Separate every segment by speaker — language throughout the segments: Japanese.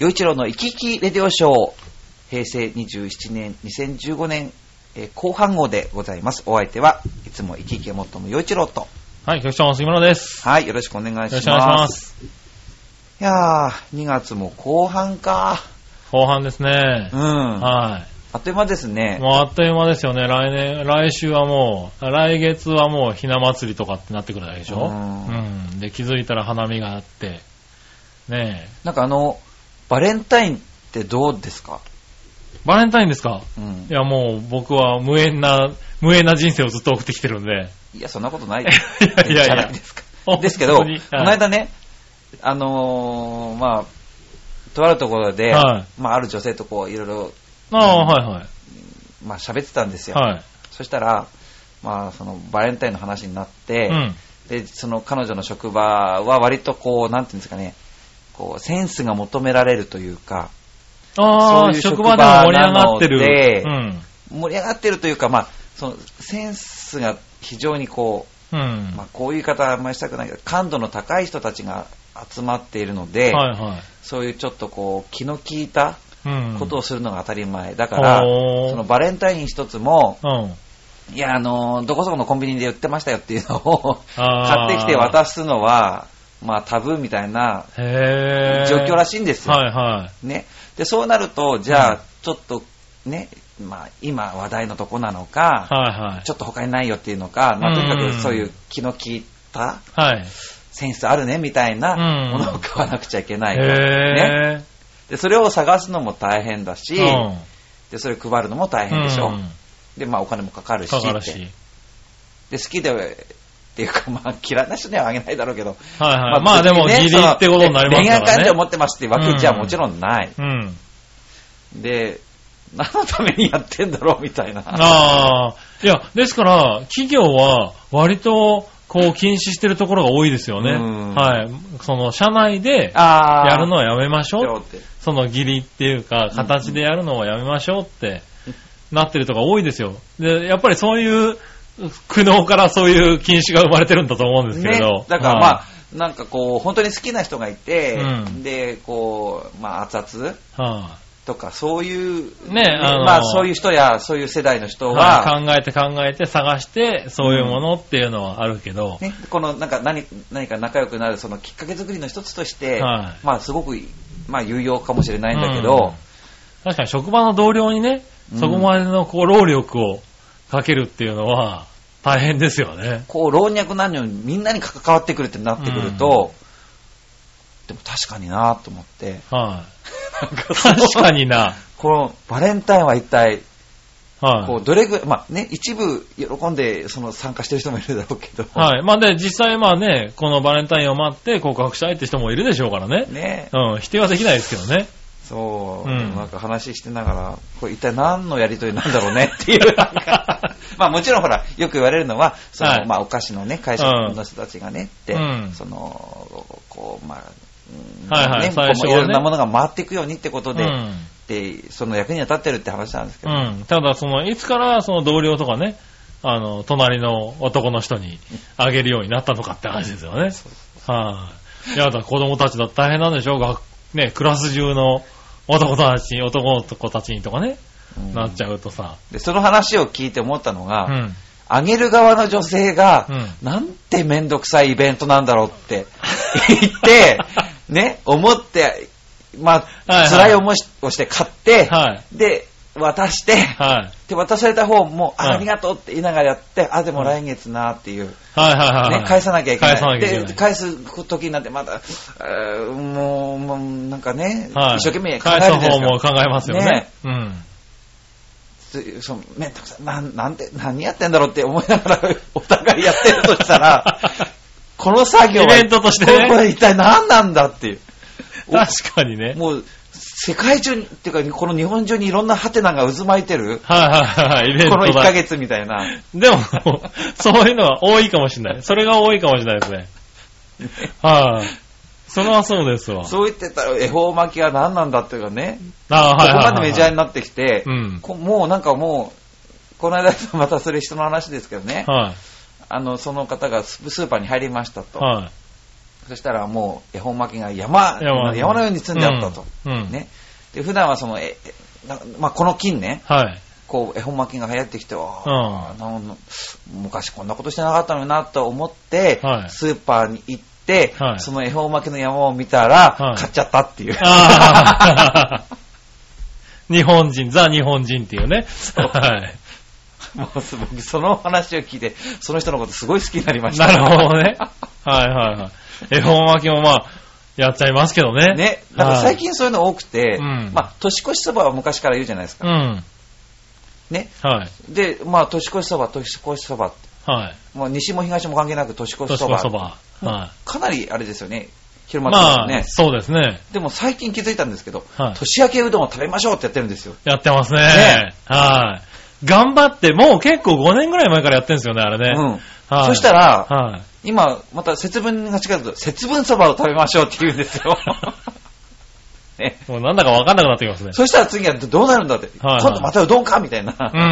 Speaker 1: 洋一郎の生き生きレディオショー、平成27年、2015年、えー後半号でございます。お相手はいつも生き生きをもっとも洋一郎と、
Speaker 2: はい、局長の杉村です。
Speaker 1: はい、よろしくお願いしま
Speaker 2: よ
Speaker 1: す。
Speaker 2: ろしくお願いします。
Speaker 1: いやー、2月も後半か。
Speaker 2: 後半ですね
Speaker 1: う。ん。あ
Speaker 2: は
Speaker 1: っという間です
Speaker 2: い。
Speaker 1: ね。
Speaker 2: もうあっという間ですよね。来年、来週はもう、来月はもうひな祭りとかってなってくるだけでし
Speaker 1: う
Speaker 2: ょうんん。で、気づいたら花見があって。ね
Speaker 1: なんかあの、バレンタインってどうですか
Speaker 2: え。バレンタインですか
Speaker 1: うん
Speaker 2: い。や、もう僕は無縁な、無縁な人生をずっと送ってきてるんで。
Speaker 1: いや、そんなことない
Speaker 2: いやいやいや
Speaker 1: じゃないですか。 ですけど、
Speaker 2: 本
Speaker 1: こ
Speaker 2: 当にはい
Speaker 1: の間ね、あのー、まあ、とあるところで、
Speaker 2: は
Speaker 1: まあ、ある女性とこう、いろいろ、
Speaker 2: ああ、はい
Speaker 1: まあ、喋ってたんです
Speaker 2: はい。
Speaker 1: よ。
Speaker 2: はい。
Speaker 1: そしたら、まあ、その、バレンタインの話になって、
Speaker 2: うん。
Speaker 1: で、その彼女の職場は割とこう、なんていうんですかね、こう、センスが求められるというか、
Speaker 2: あ
Speaker 1: そうい
Speaker 2: あ、
Speaker 1: う
Speaker 2: 職場でも盛り上が
Speaker 1: 職
Speaker 2: って
Speaker 1: 場なので
Speaker 2: る。うん。
Speaker 1: 盛り上がってるというか、まあ、その、センスが非常にこ
Speaker 2: う
Speaker 1: う、
Speaker 2: ん
Speaker 1: まあ。、こういう言い方はあんまりしたくないけど、感度の高い人たちが集まっているので、
Speaker 2: はいはい。
Speaker 1: そういうちょっとこう、気の利いた
Speaker 2: うん。
Speaker 1: ことをするのが当たり前。だから、
Speaker 2: おー
Speaker 1: そのバレンタイン一つも、
Speaker 2: うん。
Speaker 1: いや、あのー、どこそこのコンビニで売ってましたよっていうのを
Speaker 2: あー
Speaker 1: 買ってきて渡すのは、まあタブーみたいな
Speaker 2: へ
Speaker 1: 状況ら
Speaker 2: い
Speaker 1: しいんですよ。
Speaker 2: はいは
Speaker 1: ね。で、そうなると、じゃ
Speaker 2: うん
Speaker 1: あ、ちょっとね、まあ今話題のとこなのか、
Speaker 2: い。はいはい。
Speaker 1: ちょっと他にないよっていうのか、まあとにか
Speaker 2: うん
Speaker 1: くそういう気の利いた
Speaker 2: はい。
Speaker 1: センスあるねみたいな
Speaker 2: うん
Speaker 1: ものを買わなくちゃいけない。ね。
Speaker 2: へ
Speaker 1: で、それを探すのも大変だし、
Speaker 2: ぇー。
Speaker 1: で、それ配るのも大変でしょ。で、まあお金もかかるし
Speaker 2: かかる
Speaker 1: っ
Speaker 2: し。
Speaker 1: てで、好きで、っていうかまあ嫌いな人にはあげないだろうけど、
Speaker 2: はいはい。まあでも、
Speaker 1: 別
Speaker 2: ギ
Speaker 1: に
Speaker 2: リってことになります
Speaker 1: 恋愛
Speaker 2: か
Speaker 1: 感
Speaker 2: ら
Speaker 1: 情を持
Speaker 2: ね。
Speaker 1: ってますってわけじゃもちろんない。
Speaker 2: うん。
Speaker 1: で、何のためにやってんだろうみたいな。
Speaker 2: ああ。いや、ですから、企業は割と、こう、禁止してるところが多いですよね。
Speaker 1: うん
Speaker 2: はい。その、社内で、
Speaker 1: あー
Speaker 2: やるのはやめましょう。
Speaker 1: って。
Speaker 2: その、ギリっていうか、形でやるのはやめましょうって、なってるとか多いですよ。で、やっぱりそういう、苦悩からそういう禁止が生まれてるんだと思うんですけれど。
Speaker 1: ね、だから
Speaker 2: はい
Speaker 1: まあ、なんかこう、本当に好きな人がいて、
Speaker 2: うん
Speaker 1: で、こう、まあ、熱々
Speaker 2: は
Speaker 1: とか、そういう、
Speaker 2: ねあの
Speaker 1: まあ、そういう人や、そういう世代の
Speaker 2: い
Speaker 1: 人は、
Speaker 2: 考えて考えて探して、そういうものっていうのはあるけど、
Speaker 1: ね、このなんか何何か仲良くなるそのきっかけ作りの一つとして、
Speaker 2: は
Speaker 1: まあすごく、まあ、有用かもしれないんだけど、
Speaker 2: 確かに職場の同僚にね、そこまでのこう労力をかけるっていうのは大変ですよね。
Speaker 1: こう老若男女みんなに関わってくるってなってくると、でも確かになと思って
Speaker 2: はい、
Speaker 1: そう
Speaker 2: 確かにな。
Speaker 1: このバレンタインは一体
Speaker 2: はい、
Speaker 1: こうどれぐらい、まあね、一部喜んでその参加してる人もいるだろうけど、
Speaker 2: はい。まあで、実際まあね、このバレンタインを待って告白したいって人もいるでしょうからね。
Speaker 1: ね、
Speaker 2: うん、否定はできないですけどね。
Speaker 1: そう、
Speaker 2: うん
Speaker 1: でもなんか話してながら、これ一体何のやりとりなんだろうねっていう、 なんかまあもちろんほら、よく言われるのは、その、
Speaker 2: はい
Speaker 1: まあお菓子のね、会社の人たちがねって、
Speaker 2: うん
Speaker 1: その、こう、まあ、うん
Speaker 2: はいはい
Speaker 1: ね、こ
Speaker 2: 最
Speaker 1: う
Speaker 2: 初はね
Speaker 1: いろんなものが回っていくようにってこと
Speaker 2: う
Speaker 1: で、
Speaker 2: ん。
Speaker 1: で、その役に立ってるって話なんですけど、
Speaker 2: うん。ただ、その、いつから、その同僚とかね、あの、隣の男の人にあげるようになったのかって話ですよね。はい、いや、だから子供たちだって大変なんでしょうが、ね、クラス中の男たちに、男の子たちにとかね、
Speaker 1: うん
Speaker 2: なっちゃうとさ。
Speaker 1: で、その話を聞いて思ったの
Speaker 2: う
Speaker 1: が、
Speaker 2: ん。
Speaker 1: あ、げる側の女性が、
Speaker 2: う
Speaker 1: なんてめんどくさいイベントなんだろうって 言って、ね、思って、ま
Speaker 2: はいは
Speaker 1: あ、
Speaker 2: い
Speaker 1: 辛い思いをして買って、
Speaker 2: はい。
Speaker 1: で、渡して、
Speaker 2: はい。
Speaker 1: で、渡された方も、あ
Speaker 2: はい
Speaker 1: ありがとうって言いながらやって、あ、でも来月なっていう、
Speaker 2: はいはいはい。
Speaker 1: ね、返さなきゃいけ
Speaker 2: 返さ
Speaker 1: な。
Speaker 2: ないきゃいけない。
Speaker 1: で、返す時になってまた、えーもう、もう、なんかね、
Speaker 2: はい、
Speaker 1: 一生懸命考える
Speaker 2: 返
Speaker 1: じ
Speaker 2: す
Speaker 1: ゃない
Speaker 2: 方
Speaker 1: で
Speaker 2: も
Speaker 1: すか。
Speaker 2: 考えますよね。
Speaker 1: ね
Speaker 2: うん。
Speaker 1: つそのめんどくさい、なん、なんて、何やってんだろうって思いながら、お互いやってるとした ら、この作業は
Speaker 2: イベントとしてね
Speaker 1: これ一体何なんだっていう。
Speaker 2: 確かに ね。
Speaker 1: もう、世界中に、っていうか、この日本中にいろんなハテナが渦巻いてる、
Speaker 2: はいはいはい。イベント
Speaker 1: この
Speaker 2: だ。
Speaker 1: 1ヶ月みたいな。
Speaker 2: でも、そういうのは多いかもしれない。それが多いかもしれないですね。はい、それはそうですわ。
Speaker 1: そう言ってたら、恵方巻きは何なんだっていうかね、
Speaker 2: あ
Speaker 1: ここまでメジャー
Speaker 2: ー
Speaker 1: になってきて
Speaker 2: う、ん。
Speaker 1: こもうなんかもう、この間、またそれ人の話ですけどね、
Speaker 2: はい、
Speaker 1: あの、その方がススーパーに入りましたと。
Speaker 2: はい、
Speaker 1: そしたらもう絵本巻きが山、
Speaker 2: 山
Speaker 1: 山のように積んであったと。
Speaker 2: うんうん
Speaker 1: ね。で、普段はその、え、えなまあ、この近年、
Speaker 2: はい。
Speaker 1: こう、絵本巻きが流行ってきて、あーなん昔こんなことしてなかったのになと思って、
Speaker 2: はい
Speaker 1: スーパーに行って、
Speaker 2: はい
Speaker 1: その絵本巻きの山を見たら、
Speaker 2: はい
Speaker 1: 買っちゃったっていう。
Speaker 2: ああ。 日本人、ザ日本人っていうね。はい。
Speaker 1: もうす僕その話を聞いて、その人のことすごい好きになりました。
Speaker 2: なるほどね。はいはいはい。絵本巻きもまあ、やっちゃいますけどね。
Speaker 1: ね、なんか最近そういうの多くて、
Speaker 2: うん
Speaker 1: まあ、年越しそばは昔から言うじゃないですか。
Speaker 2: はい。
Speaker 1: ね。
Speaker 2: うん。はい。
Speaker 1: で、まあ、年越しそば、年越しそば、
Speaker 2: はい。
Speaker 1: もう西も東も関係なく年越し
Speaker 2: 年
Speaker 1: そ
Speaker 2: 越
Speaker 1: ば。
Speaker 2: しそば。は
Speaker 1: かなりあれですよね、広
Speaker 2: い。
Speaker 1: まって
Speaker 2: ま
Speaker 1: ますよ
Speaker 2: あ、
Speaker 1: ね。
Speaker 2: そうですね。
Speaker 1: でも最近気づいたんですけど、
Speaker 2: はい
Speaker 1: 年明けうどんを食べましょうってやってるんですよ。
Speaker 2: やってますね。
Speaker 1: ね
Speaker 2: はい。頑張って、もう結構5年ぐらい前からやってるんですよね、あれね。
Speaker 1: うん。
Speaker 2: はい。
Speaker 1: そしたら、
Speaker 2: はい。
Speaker 1: 今、また節分が近づくと、節分そばを食べましょうって言うんです よ。ね、
Speaker 2: もうなんだかわかんなくなってきますね。
Speaker 1: そしたら次はどどうなるんだって、
Speaker 2: はいはい
Speaker 1: 今度またうどんかみたいな。
Speaker 2: うんう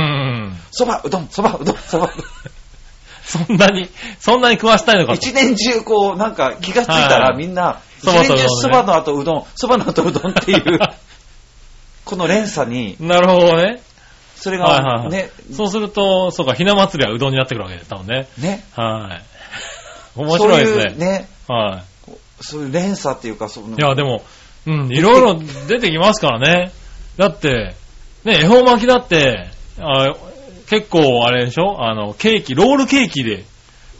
Speaker 2: ん。
Speaker 1: そば、うどん、そば、うどん、そば、うどん。
Speaker 2: そんなに、そんなに食わしたいのかと。
Speaker 1: 一年中こう、なんか気がついた
Speaker 2: はい
Speaker 1: ら
Speaker 2: はい
Speaker 1: みんな、一
Speaker 2: そば
Speaker 1: 年
Speaker 2: とうどんね
Speaker 1: 中そばの後うどん、そばの後うどんっていう、この連鎖に、
Speaker 2: なるほどね。
Speaker 1: それ
Speaker 2: はいはいは
Speaker 1: が
Speaker 2: い
Speaker 1: ね、
Speaker 2: そうすると、そうか、ひな祭りはうどんになってくるわけです、多分ね。
Speaker 1: ね、
Speaker 2: はい。面白いです
Speaker 1: そう
Speaker 2: ね
Speaker 1: いう。ね、
Speaker 2: は
Speaker 1: そういう連鎖っていうか、その
Speaker 2: い。いや、でも、うん、いろいろ出てきますからね。だって、ね、恵方巻きだって、あ結構あれでしょあの、ケーキ、ロールケーキで。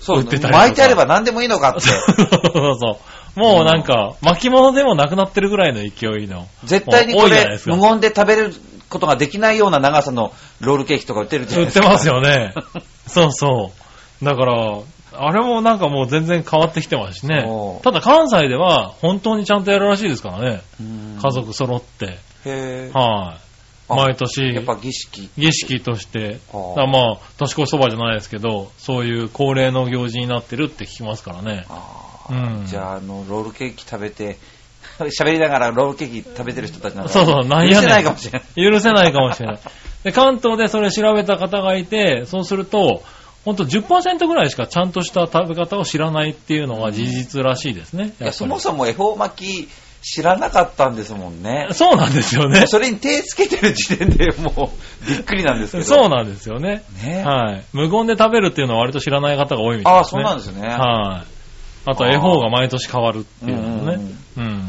Speaker 1: そう
Speaker 2: 売ってたりとか
Speaker 1: 巻いてあれば何でもいいのかって
Speaker 2: そ、うそうそう。もうなんか、巻物でもなくなってるぐらいの勢いの。
Speaker 1: 絶対に
Speaker 2: も
Speaker 1: こ
Speaker 2: う多いじゃない
Speaker 1: れ
Speaker 2: で、すか
Speaker 1: 無言で食べることができないような長さのロールケーキとか売ってるじゃないで
Speaker 2: 売っ
Speaker 1: す
Speaker 2: て
Speaker 1: か。
Speaker 2: ますよね。そうそう。だから、あれもなんかもう全然変わってきてますしね
Speaker 1: そ。う
Speaker 2: ただ関西では本当にちゃんとやるらしいですからね。
Speaker 1: うん
Speaker 2: 家。族揃って。
Speaker 1: へー
Speaker 2: はい。
Speaker 1: あ
Speaker 2: 毎年
Speaker 1: やっ、ぱ儀式。
Speaker 2: 儀式として、
Speaker 1: あー
Speaker 2: だからまあ、年越しそばじゃないですけど、そういう恒例の行事になってるって聞きますからね。
Speaker 1: あ
Speaker 2: う
Speaker 1: ー
Speaker 2: ん。
Speaker 1: じゃあ、あの、ロールケーキ食べて、 喋りながらロールケーキ食べてる人たちなんか
Speaker 2: そうそう、なん
Speaker 1: 許せ
Speaker 2: やねん。
Speaker 1: ないかもしれない。
Speaker 2: 許せないかもしれない。で、関東でそれ調べた方がいて、そうすると、ほんと10%ぐらいしかちゃんとした食べ方を知らないっていうのは事実らしいですね。
Speaker 1: い
Speaker 2: やっぱ
Speaker 1: や
Speaker 2: り
Speaker 1: そもそも恵方巻き知らなかったんですもんね。
Speaker 2: そうなんですよ ね。
Speaker 1: それに手つけてる時点でもうびっくりなんですけど。
Speaker 2: そうなんですよね。
Speaker 1: ね。
Speaker 2: はい。無言で食べるっていうのは割と知らない方が多いみたい
Speaker 1: あ
Speaker 2: で
Speaker 1: あ、
Speaker 2: す
Speaker 1: そう
Speaker 2: ね。
Speaker 1: なんですね。
Speaker 2: はい。あと、絵本が毎年変わるっていうのもね。うん。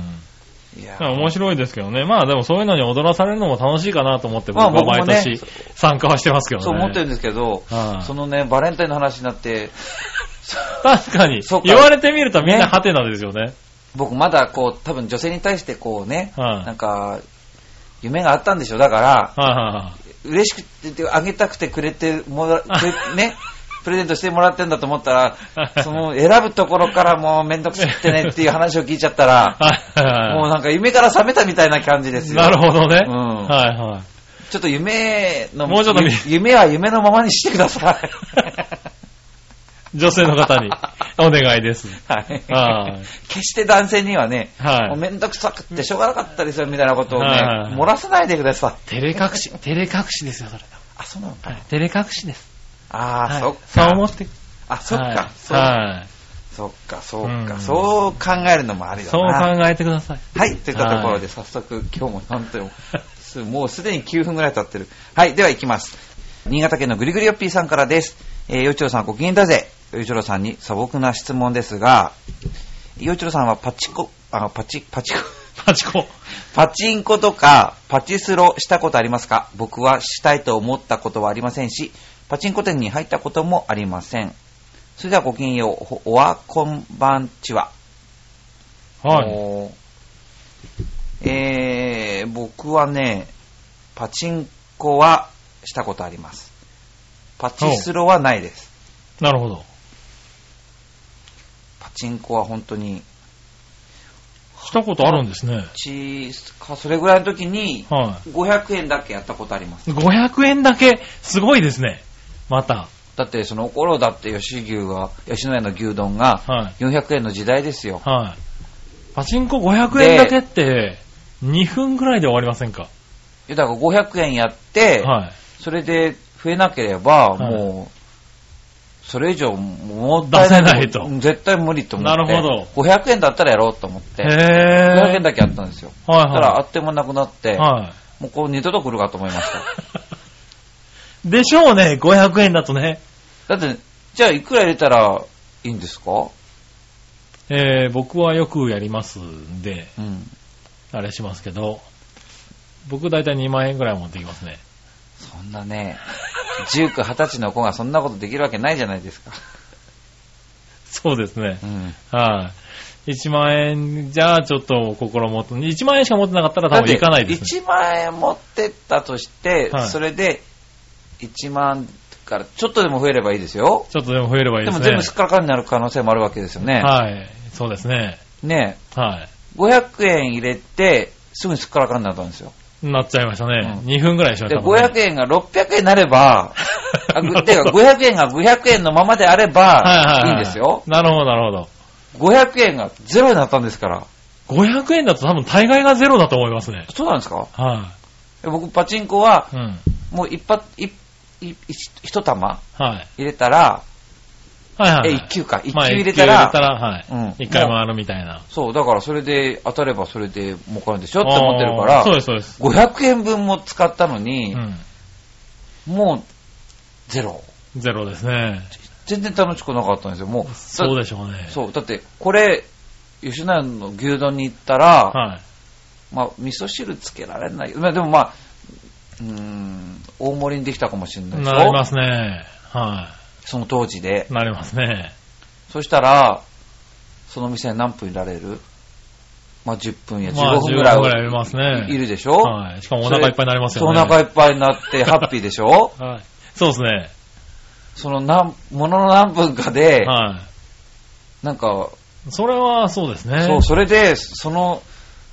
Speaker 1: いや
Speaker 2: だから面白いですけどね。まあでもそういうのに踊らされるのも楽しいかなと思って僕
Speaker 1: まあ
Speaker 2: は毎
Speaker 1: 僕もね
Speaker 2: 年参加はしてますけどね。
Speaker 1: そう思ってるんですけど、
Speaker 2: はい
Speaker 1: そのね、バレンタインの話になって、
Speaker 2: 確かに
Speaker 1: そっ。か
Speaker 2: 言われてみるとみん
Speaker 1: ね
Speaker 2: なハテナですよね。
Speaker 1: 僕まだこう、多分女性に対してこうね、
Speaker 2: はい
Speaker 1: なんか、夢があったんでしょ。だから、
Speaker 2: はいはいはい。
Speaker 1: 嬉しくて、あげたくてくれても ら、くれね、プレゼントしてもらってんだと思ったら、その選ぶところからもうめんどくさくてねっていう話を聞いちゃったら、
Speaker 2: はいはいはい
Speaker 1: もうなんか夢から覚めたみたいな感じですよ。
Speaker 2: なるほどね。
Speaker 1: うん
Speaker 2: はいはい。
Speaker 1: ちょっと夢の、
Speaker 2: もうちょっと見
Speaker 1: ゆ夢は夢のままにしてください。
Speaker 2: 女性の 方にお願いです。
Speaker 1: は
Speaker 2: はいい。
Speaker 1: 決して男性にはね、
Speaker 2: はい
Speaker 1: もうめんどくさくってしょうがなかったですよみたいなことをね、
Speaker 2: はい
Speaker 1: 漏らさないでください。
Speaker 2: 照れ隠し、照れ隠しですよ、それ。
Speaker 1: あ、そうなのか。
Speaker 2: はい、照れ隠しです。
Speaker 1: あー、そっか。
Speaker 2: そう思って。
Speaker 1: あ、そっか。
Speaker 2: はい
Speaker 1: そう
Speaker 2: はい。
Speaker 1: そっか、そうか、
Speaker 2: うん
Speaker 1: そう考えるのもありだ
Speaker 2: そう
Speaker 1: な。
Speaker 2: 考えてください。
Speaker 1: はい、といったところで早速、今日もなんというすもうすでに9分ぐらい経ってる。はい、では行きます。新潟県のぐりぐりよっぴーさんからです。えー、よいちろさんご機嫌だぜ。よいちろさんに素朴な質問ですが、よいちろさんはパチコ、あ、パチ、パチコ、
Speaker 2: パチコ。
Speaker 1: パチンコとかパチスロしたことありますか僕はしたいと思ったことはありませんし、パチンコ店に入ったこともありません。それではごきげんよう。ほおはこんばんちは。
Speaker 2: はい。
Speaker 1: おーえー、僕はね、パチンコはしたことあります。パチスロはないです。
Speaker 2: なるほど。
Speaker 1: パチンコは本当に、
Speaker 2: したことあるんですね。
Speaker 1: ちか、それぐらいの時に、
Speaker 2: は
Speaker 1: 500円だけやったことあります。
Speaker 2: い。500円だけ、すごいですね。また。
Speaker 1: だって、その頃だって吉牛が、吉野家の牛丼が
Speaker 2: は
Speaker 1: 400円の時代ですよ。
Speaker 2: はい。パチンコ500円だけって、2分ぐらいで終わりませんか
Speaker 1: いやだから500円やって、
Speaker 2: はい。
Speaker 1: それで増えなければ、
Speaker 2: はい
Speaker 1: もそれ以上も
Speaker 2: 出せないと
Speaker 1: 絶対無理と思って。
Speaker 2: なる
Speaker 1: ほど。500円だったらやろうと思って。500
Speaker 2: へ
Speaker 1: 円だけあったんですよ。
Speaker 2: ぇー。はい
Speaker 1: だからあ
Speaker 2: は
Speaker 1: っという間なくなって、
Speaker 2: い。は
Speaker 1: もうこう二度と来るかと思いました。
Speaker 2: い。でしょうね、500円だとね。
Speaker 1: だって、じゃあいくら入れたらいいんですか
Speaker 2: えー、僕はよくやりますんで、
Speaker 1: うん。
Speaker 2: あれしますけど、僕大体2万円ぐらい持ってきますね。
Speaker 1: そんなね、19、20歳の子がそんなことできるわけないじゃないですか。
Speaker 2: そうですね。
Speaker 1: うん。
Speaker 2: はい。1万円じゃあちょっと心もと、1万円しか持ってなかったら多分行かないですね。
Speaker 1: 1万円持ってったとして、
Speaker 2: はい
Speaker 1: それで1万からちょっとでも増えればいいですよ。
Speaker 2: ちょっとでも増えればいい
Speaker 1: で
Speaker 2: です
Speaker 1: も
Speaker 2: ね。
Speaker 1: 全部すっからかんになる可能性もあるわけですよね。
Speaker 2: はい。そうですね。
Speaker 1: ね
Speaker 2: は
Speaker 1: え500円入れて、すぐにすっからかんになったんですよ。
Speaker 2: い。なっちゃいましたね。
Speaker 1: うん
Speaker 2: 2分ぐらいでしょ、
Speaker 1: で、
Speaker 2: 多分ね
Speaker 1: 500円が600円になれ ば、あ
Speaker 2: なる
Speaker 1: ぐ
Speaker 2: ほど
Speaker 1: てか500円が500円のままであれ
Speaker 2: は
Speaker 1: ば、
Speaker 2: はいはい
Speaker 1: んですよ。
Speaker 2: なるほど、なるほど。
Speaker 1: 500円がゼロになったんですから。
Speaker 2: 500円だと多分大概がゼロだと思いますね。
Speaker 1: そうなんですか
Speaker 2: は。、
Speaker 1: 僕、パチンコはい
Speaker 2: うん。
Speaker 1: もう一発、一、一一玉
Speaker 2: はい。
Speaker 1: 入れたら、
Speaker 2: はいはい、はい。
Speaker 1: え、一級か。一級
Speaker 2: まあ
Speaker 1: 入れたら、
Speaker 2: 一球入れたら、はい。
Speaker 1: うん
Speaker 2: 一回回るみたいな。
Speaker 1: そう、だからそれで当たればそれで儲かるんでしょって
Speaker 2: あー
Speaker 1: 思ってるから
Speaker 2: そう、です、そうです。
Speaker 1: 500円分も使ったのに
Speaker 2: う、ん。
Speaker 1: もう、ゼロ。
Speaker 2: ゼロですね。
Speaker 1: 全然楽しくなかったんですよ。もう、だ
Speaker 2: そうでしょうね。
Speaker 1: そうだって、これ、吉野家の牛丼に行ったら、
Speaker 2: はい。
Speaker 1: まあ、味噌汁つけられない。まあ、でもまあ、うーん、大盛りにできたかもしれないでしょ
Speaker 2: なりますね。は
Speaker 1: その当時で。
Speaker 2: い。なりますね。
Speaker 1: そしたら、その店に何分いられるまあ、10分や
Speaker 2: まあ
Speaker 1: 15分ぐらい
Speaker 2: 15分ぐらいいますね
Speaker 1: いるでしょ、
Speaker 2: はい。しかもお腹いっぱいになりますよね。
Speaker 1: そうお腹いっぱいになってハッピーでしょ
Speaker 2: はい。そうですね。
Speaker 1: その何、ものの何分かで、
Speaker 2: は
Speaker 1: なんか、
Speaker 2: い。それはそうですね。
Speaker 1: そう、それで、その、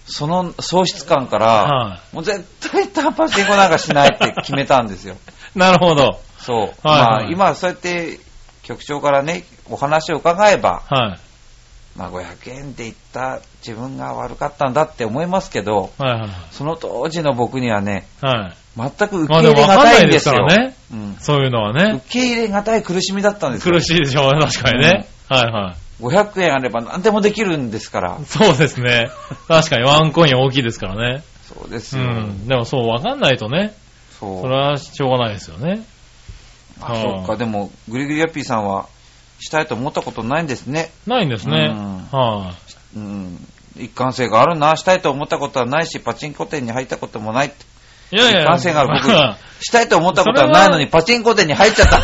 Speaker 1: その喪失感から、
Speaker 2: は
Speaker 1: もう絶対タパチンコなんかしないって決めたん ですよ。
Speaker 2: い。なるほど。
Speaker 1: そう。
Speaker 2: はいはい
Speaker 1: まあ、今そうやって局長からね、お話を伺えば、
Speaker 2: は
Speaker 1: まあ、500円で言った自分が悪かったんだって思いますけど、
Speaker 2: い。はいはい
Speaker 1: その当時の僕にはね、
Speaker 2: はい。はい。
Speaker 1: 全く受け入れがたいんですよ。
Speaker 2: まあでもわかんないです
Speaker 1: うん
Speaker 2: そういうのはね
Speaker 1: 受。け入れがたい苦しみだったんですよ
Speaker 2: 苦。しいでしょうね、確かにね。はいはい。
Speaker 1: 500円あれば何でもできるんですから。
Speaker 2: そうですね。確かにワンコイン大きいですからね。
Speaker 1: そうです
Speaker 2: う
Speaker 1: よ。
Speaker 2: ん。でもそう、わかんないとね。
Speaker 1: そう
Speaker 2: それはしょうがないですよね。
Speaker 1: あそうか、でも、グリグリヤッピーさんは、したいと思ったことないんですね。
Speaker 2: ないんですね。
Speaker 1: うん
Speaker 2: は
Speaker 1: うん。一貫性があるな、したいと思ったことはないし、パチンコ店に入ったこともないって。
Speaker 2: い。いやいや。
Speaker 1: 一貫性がある僕
Speaker 2: まあ
Speaker 1: したいと思ったことはないのに、パチンコ店に入っちゃったん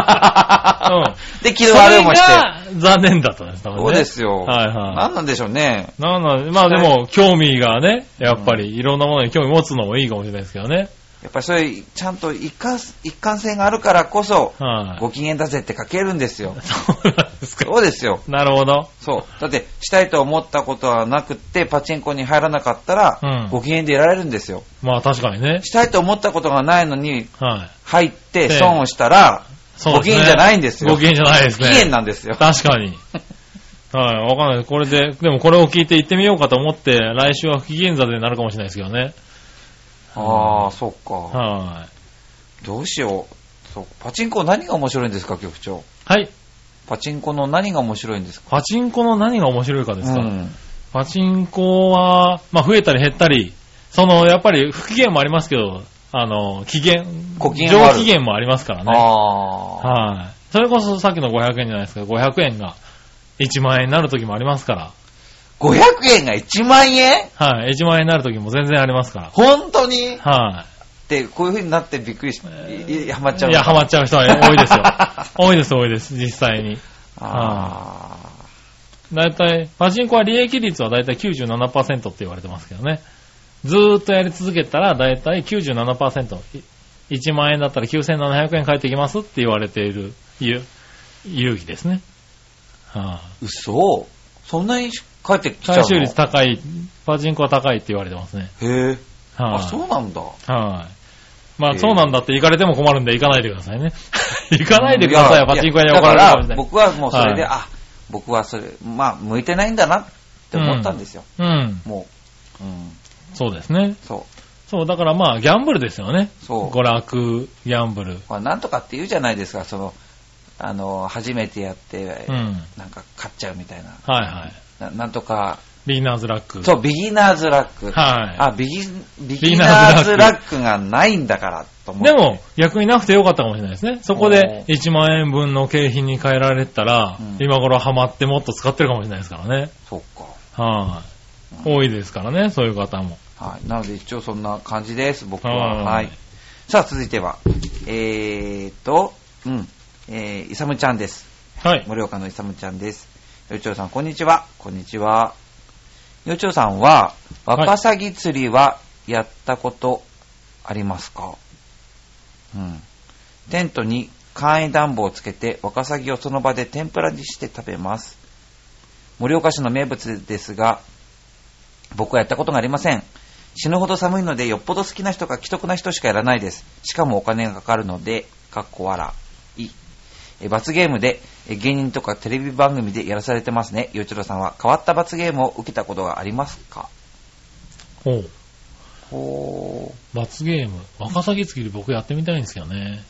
Speaker 1: だもん。
Speaker 2: うん
Speaker 1: で、気の悪いもんして。
Speaker 2: それが残念だったんです、多分ね
Speaker 1: そうですよ。
Speaker 2: はい
Speaker 1: な
Speaker 2: は
Speaker 1: んなんでしょうね。
Speaker 2: い。なんなんで、まあでも、興味がね、やっぱりいろんなものに興味持つのもいいかもしれないですけどね。
Speaker 1: やっぱりそういう、ちゃんと一貫一貫性があるからこそ、
Speaker 2: はい。。
Speaker 1: ご機嫌だぜって書けるんですよ
Speaker 2: そうなんですか。
Speaker 1: そうですよ。
Speaker 2: なるほど。
Speaker 1: そう。だって、したいと思ったことはなくて、パチンコに入らなかったら、
Speaker 2: うん
Speaker 1: ご機嫌でいられるんですよ。
Speaker 2: まあ確かにね。
Speaker 1: したいと思ったことがないのに、
Speaker 2: はい。
Speaker 1: 入って
Speaker 2: ええ
Speaker 1: 損をしたら、
Speaker 2: そうですね
Speaker 1: ご機嫌じゃないんですよ
Speaker 2: ご機嫌じゃないです
Speaker 1: 不
Speaker 2: ね。
Speaker 1: 機嫌なんですよ。
Speaker 2: 確かに。はい、わかんない。これで、でもこれを聞いて行ってみようかと思って、来週は不機嫌座でなるかもしれないですけどね。
Speaker 1: ああ、そっか。
Speaker 2: は
Speaker 1: どうしよう。そうパチンコ何が面白いんですか、局長。
Speaker 2: い。はい。
Speaker 1: パチンコの何が面白いんですか
Speaker 2: パチンコの何が面白いかですか、
Speaker 1: うん
Speaker 2: パチンコは、まあ増えたり減ったり、その、やっぱり不機嫌もありますけど、あの、期限、
Speaker 1: ご機嫌もあ
Speaker 2: 上
Speaker 1: る
Speaker 2: 期限もありますからね。
Speaker 1: ああ、
Speaker 2: はい。それこそさっきの500円じゃないですか、500円が1万円になる時もありますから。
Speaker 1: 500円が1万円
Speaker 2: はい。1万円になる時も全然ありますから。
Speaker 1: 本当にっ
Speaker 2: はい。
Speaker 1: て、こういう風になってびっくりし、いいハマっちゃう
Speaker 2: い
Speaker 1: の
Speaker 2: や、
Speaker 1: か
Speaker 2: ハ
Speaker 1: な
Speaker 2: マっちゃう人は多いです よ。多いです、多いです、実際に。
Speaker 1: ああ。
Speaker 2: だいたい、パチンコは利益率はだいたい97%って言われてますけどね。ずーっとやり続けたら、だいたい97%。い1万円だったら9700円返ってきますって言われている、ゆ、遊戯ですね。はあ、
Speaker 1: 嘘そんなに帰ってきちゃうの
Speaker 2: 回収率高い、パチンコは高いって言われてますね。
Speaker 1: へえ。
Speaker 2: はい、
Speaker 1: あ、そうなんだ。
Speaker 2: はい、ま
Speaker 1: え
Speaker 2: あ、
Speaker 1: ー
Speaker 2: そうなんだって行かれても困るんで行かないでくだ さいね。行かないでくださいよ、
Speaker 1: や
Speaker 2: パチンコ屋に
Speaker 1: やだ
Speaker 2: 怒
Speaker 1: から
Speaker 2: れるからもしれない。
Speaker 1: 僕はもうそれで、
Speaker 2: はい
Speaker 1: あ、僕はそれ、まあ、向いてないんだなって思ったんですよ。
Speaker 2: うん。
Speaker 1: もう。うん。
Speaker 2: そうですね。
Speaker 1: そう。
Speaker 2: そう、だからまあ、ギャンブルですよね。
Speaker 1: そう
Speaker 2: 娯楽、ギャンブル。
Speaker 1: まあ、なんとかって言うじゃないですか、その、あの、初めてやって、
Speaker 2: うん。
Speaker 1: なんか買っちゃうみたいな。
Speaker 2: はいはい。
Speaker 1: ななんとか、
Speaker 2: ビギナーズラック。
Speaker 1: そう、ビギナーズラック。
Speaker 2: は
Speaker 1: あ、ビギ、ビ
Speaker 2: ギ
Speaker 1: ギ
Speaker 2: ナ
Speaker 1: ナ
Speaker 2: ー
Speaker 1: ー
Speaker 2: ズ
Speaker 1: ズラ
Speaker 2: ラ
Speaker 1: ッ
Speaker 2: ッ
Speaker 1: クがないんだから、と思
Speaker 2: い。
Speaker 1: って
Speaker 2: で、も、逆になくてよかったかもしれないですね。そこで1万円分の景品に変えられたら、
Speaker 1: うん
Speaker 2: 今頃ハマってもっと使ってるかもしれないですからね。
Speaker 1: そっか。
Speaker 2: はい、多いですからね、そういう方も。
Speaker 1: はい。なので一応そんな感じです、僕
Speaker 2: は
Speaker 1: は。
Speaker 2: い
Speaker 1: はい。さあ、続いては、えーと、うん、えー、イサムちゃんです。
Speaker 2: はい。
Speaker 1: 盛岡のイサムちゃんです。よちょうさん、こんにちは。こんにちは。よちょうさんは、
Speaker 2: はい
Speaker 1: ワカサギ釣りはやったことありますか、うん。テントに簡易暖房をつけて、ワカサギをその場で天ぷらにして食べます。盛岡市の名物ですが、僕はやったことがありません。死ぬほど寒いので、よっぽど好きな人か既得な人しかやらないです。しかもお金がかかるので、かっこ笑い。え罰ゲームでえ芸人とかテレビ番組でやらされてますね。洋一郎さんは変わった罰ゲームを受けたことがありますか
Speaker 2: おう
Speaker 1: ほ
Speaker 2: 罰ゲーム。ワカサギ釣り僕やってみたいんですけどね。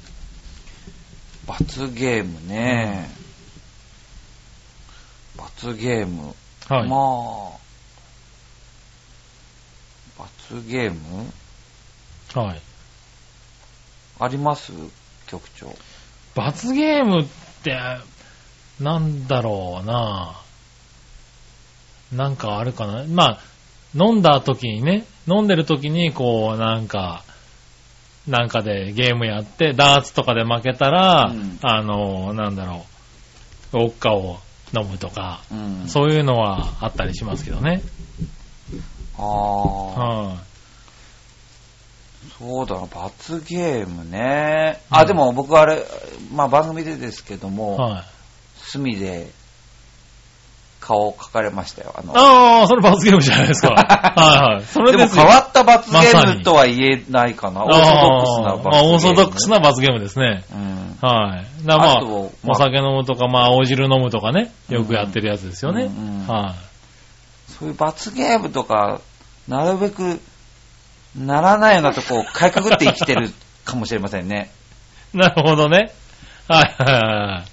Speaker 1: ー、罰ゲームね。罰ゲーム。
Speaker 2: はい。
Speaker 1: まあ、罰ゲーム
Speaker 2: はい。
Speaker 1: あります局長。
Speaker 2: 罰ゲームって、なんだろうななんかあるかなまあ、飲んだ時にね、飲んでる時にこう、なんか、なんかでゲームやって、ダーツとかで負けたら、
Speaker 1: うん
Speaker 2: あの、なんだろう、ウォッカを飲むとか、
Speaker 1: うん。
Speaker 2: そういうのはあったりしますけどね。
Speaker 1: ああ、
Speaker 2: は
Speaker 1: そうだな、罰ゲームね。
Speaker 2: う
Speaker 1: あ、
Speaker 2: ん
Speaker 1: でも僕あれ、まあ番組でですけど
Speaker 2: い。
Speaker 1: も、
Speaker 2: はい。
Speaker 1: 墨で顔を描かれましたよ。あの
Speaker 2: ああ、それ罰ゲームじゃないです か。はいはい。それ
Speaker 1: でも
Speaker 2: す
Speaker 1: 変
Speaker 2: よ
Speaker 1: わった罰ゲームとは言えないかな。オーソドックスな罰ゲーム。
Speaker 2: あーまあオーソドックスな罰ゲームですね。
Speaker 1: うん。
Speaker 2: はい。だから
Speaker 1: あ
Speaker 2: まあ
Speaker 1: と、ま
Speaker 2: お
Speaker 1: あ
Speaker 2: 酒飲むとか、まあ、青汁飲むとかね、よくやってるやつですよ
Speaker 1: う
Speaker 2: ね。
Speaker 1: んうん
Speaker 2: は
Speaker 1: そういう罰ゲームとか、なるべくならないようなとこをかいくぐって生きてるかもしれませんね。
Speaker 2: い。なるほどね。はいは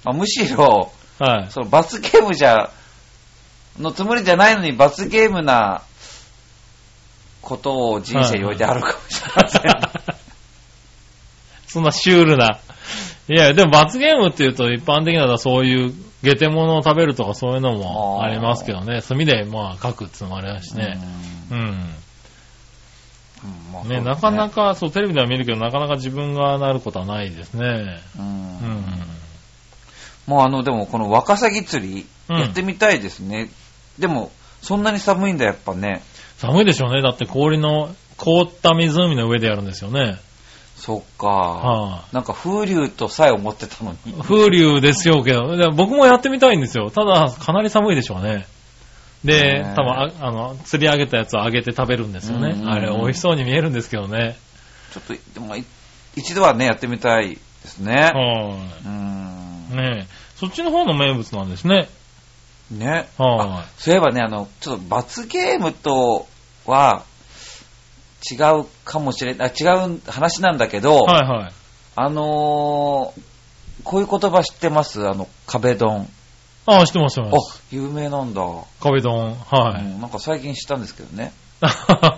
Speaker 1: まあむしろ、
Speaker 2: いはい。 はい。
Speaker 1: その罰ゲームじゃ、のつもりじゃないのに罰ゲームなことを人生においてあるかもしれませんね。
Speaker 2: そんなシュールな。いや、でも罰ゲームっていうと、一般的なのはそういう、下手物を食べるとかそういうのもありますけどね。炭で、まあ、書くっていうのもありますしね。うん。
Speaker 1: うんまあそうで
Speaker 2: ね、
Speaker 1: す
Speaker 2: なかなか、そう、テレビでは見るけど、なかなか自分がなることはないですね。
Speaker 1: うん
Speaker 2: うん。
Speaker 1: もうあの、でもこのワカサギ釣り、
Speaker 2: うん
Speaker 1: やってみたいですね。でも、そんなに寒いんだ、やっぱね。
Speaker 2: 寒いでしょうね。だって氷の、凍った湖の上でやるんですよね。
Speaker 1: そっか。
Speaker 2: は
Speaker 1: なんか風流とさえ思ってたのに。
Speaker 2: い。風流ですよけど、で僕もやってみたいんですよ。ただ、かなり寒いでしょうね。で
Speaker 1: ね、え
Speaker 2: 多分ああの、釣り上げたやつを揚げて食べるんですよね
Speaker 1: うんうん。うん
Speaker 2: あれ、美味しそうに見えるんですけどね。
Speaker 1: ちょっと、でも、い一度はね、やってみたいですね。
Speaker 2: は
Speaker 1: うーん
Speaker 2: い。。ねえ。そっちの方の名物なんですね。
Speaker 1: ね。
Speaker 2: は
Speaker 1: そういえばね、あの、ちょっと罰ゲームとは、違うかもしれない、違う話なんだけど、
Speaker 2: い。はいはい。
Speaker 1: あのーこういう言葉知ってますあの、壁ドン。
Speaker 2: ああ、知ってます、知って
Speaker 1: あ
Speaker 2: ます。、
Speaker 1: 有名なんだ。
Speaker 2: 壁ドン。は
Speaker 1: う
Speaker 2: い。
Speaker 1: んなんか最近知ったんですけどね。
Speaker 2: は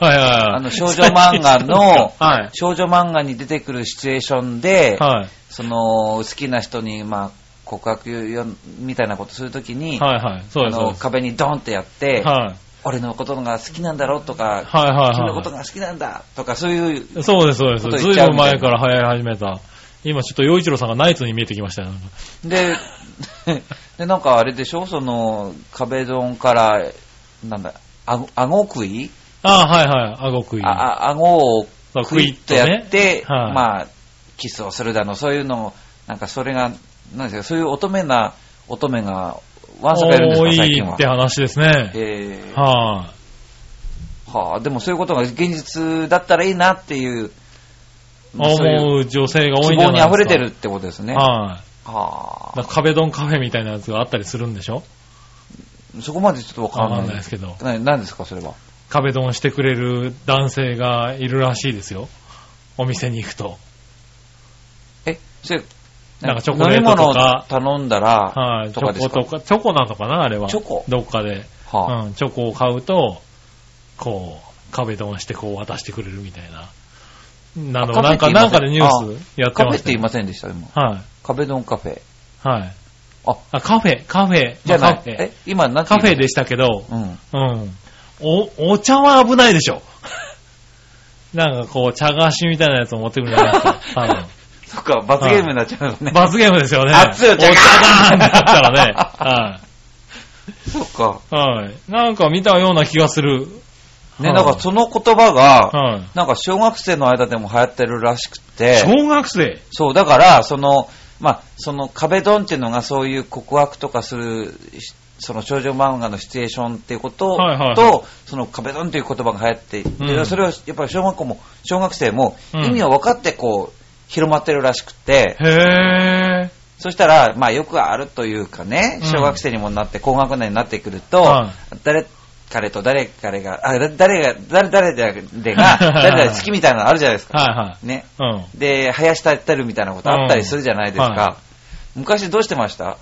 Speaker 2: いはいはい。
Speaker 1: あの少女漫画の
Speaker 2: はい。
Speaker 1: 少女漫画に出てくるシチュエーションで、
Speaker 2: はい。
Speaker 1: その好きな人に、まあ、告白よみたいなことするときに、
Speaker 2: はいはい。そう
Speaker 1: あ
Speaker 2: です。そう
Speaker 1: の
Speaker 2: です
Speaker 1: 壁にドンってやって、
Speaker 2: はい。
Speaker 1: 俺のことが好きなんだろうとか、
Speaker 2: はいはいはい。
Speaker 1: 君のことが好きなんだとか、そういう、
Speaker 2: そうです、そうで
Speaker 1: こ
Speaker 2: す。
Speaker 1: と
Speaker 2: ず
Speaker 1: 言
Speaker 2: い
Speaker 1: っちゃ
Speaker 2: ぶ
Speaker 1: うんみたい
Speaker 2: 前
Speaker 1: な
Speaker 2: から流行り始めた。今ちょっと洋一郎さんがナイツに見えてきましたよ。なんか
Speaker 1: で、 でなんかあれでしょ、その壁ドンから、なんだ、あ顎食い
Speaker 2: ああ、はいはい。顎食い。
Speaker 1: ああ顎を
Speaker 2: そう
Speaker 1: クイッとやっ
Speaker 2: クイ
Speaker 1: て、
Speaker 2: ッとねはい
Speaker 1: まあ、キスをするだの、そういうのを、なんかそれが、なんですか、そういう乙女な乙女が、ワンサカやるんです
Speaker 2: 多
Speaker 1: か、最近
Speaker 2: い
Speaker 1: は
Speaker 2: って。話ですね。
Speaker 1: えー
Speaker 2: は
Speaker 1: はあ、でもそういうことが現実だったらいいなっていう、
Speaker 2: い。
Speaker 1: そういう
Speaker 2: 思う女性が多
Speaker 1: 希
Speaker 2: いんじゃ
Speaker 1: 望に
Speaker 2: ないですか。
Speaker 1: 溢れてるってことですね。は
Speaker 2: はい。
Speaker 1: あ
Speaker 2: だ、から壁ドンカフェみたいなやつがあったりするんでしょ
Speaker 1: そこまでちょっとわか
Speaker 2: わ
Speaker 1: ん
Speaker 2: か
Speaker 1: ない
Speaker 2: んないですけど。
Speaker 1: ななんですか、それは。
Speaker 2: 壁ドンしてくれる男性がいるらしいですよ。お店に行くと。
Speaker 1: え、それ、
Speaker 2: なんかチョコレートとか、
Speaker 1: 飲み物頼んだら、
Speaker 2: はい、チ
Speaker 1: とか
Speaker 2: ョ
Speaker 1: です
Speaker 2: コ
Speaker 1: か
Speaker 2: とか、チョコなのかなあれは。
Speaker 1: チョコ
Speaker 2: どっかで。
Speaker 1: はあ
Speaker 2: うん、チョコを買うと、こう、壁ドンしてこう渡してくれるみたいな。なの
Speaker 1: あカフェ
Speaker 2: なん
Speaker 1: って
Speaker 2: か、
Speaker 1: 言いま
Speaker 2: な
Speaker 1: せん
Speaker 2: んかでニュースやって
Speaker 1: カフ
Speaker 2: ま
Speaker 1: ェっ
Speaker 2: してた
Speaker 1: 言い
Speaker 2: よ
Speaker 1: ませんでした、今。
Speaker 2: はい。
Speaker 1: 壁ドンカフェ。
Speaker 2: はい。
Speaker 1: あ
Speaker 2: あ、カフェ、カフェ、
Speaker 1: じゃ
Speaker 2: ま
Speaker 1: な
Speaker 2: あ
Speaker 1: い
Speaker 2: カ。フェ
Speaker 1: え、今何て
Speaker 2: カ
Speaker 1: 言い
Speaker 2: フ
Speaker 1: ま
Speaker 2: ェでしたけど、
Speaker 1: うん。は
Speaker 2: うん。お、お茶は危ないでしょ。 なんかこう、茶菓子みたいなやつを持ってくるんじゃないですか。多分。
Speaker 1: いそっか、罰ゲームになっちゃう のね。
Speaker 2: 罰ゲームですよね。
Speaker 1: 熱いお
Speaker 2: お
Speaker 1: 茶
Speaker 2: 茶だーんってなった らね。はい。
Speaker 1: そっか。
Speaker 2: はい。なんか見たような気がする。
Speaker 1: ね、
Speaker 2: はい
Speaker 1: なんかその言葉が、
Speaker 2: はい。
Speaker 1: なんか小学生の間でも流行ってるらしくて、
Speaker 2: 小学生
Speaker 1: そう、だから、その、まあ、その壁ドンっていうのがそういう告白とかする、しその少女漫画のシチュエーションっていうことと、
Speaker 2: はいはいは
Speaker 1: その壁ドンっていう言葉が流行って、
Speaker 2: う
Speaker 1: で
Speaker 2: ん
Speaker 1: それはやっぱり小学校も、小学生も
Speaker 2: うん
Speaker 1: 意味を分かってこう、広まってるらしくて、
Speaker 2: へ
Speaker 1: そしたら、まあよくあるというかね、
Speaker 2: うん
Speaker 1: 小学生にもなって、高学年になってくると、
Speaker 2: は
Speaker 1: 誰彼と誰彼が、あ、だ誰が、誰誰で が、誰々好きみたいなのあるじゃないです
Speaker 2: ー。は
Speaker 1: か。
Speaker 2: いはい。
Speaker 1: ね。
Speaker 2: うん。
Speaker 1: で、林立てるみたいなことあったりするじゃないですか。
Speaker 2: うんは
Speaker 1: 昔どうしてました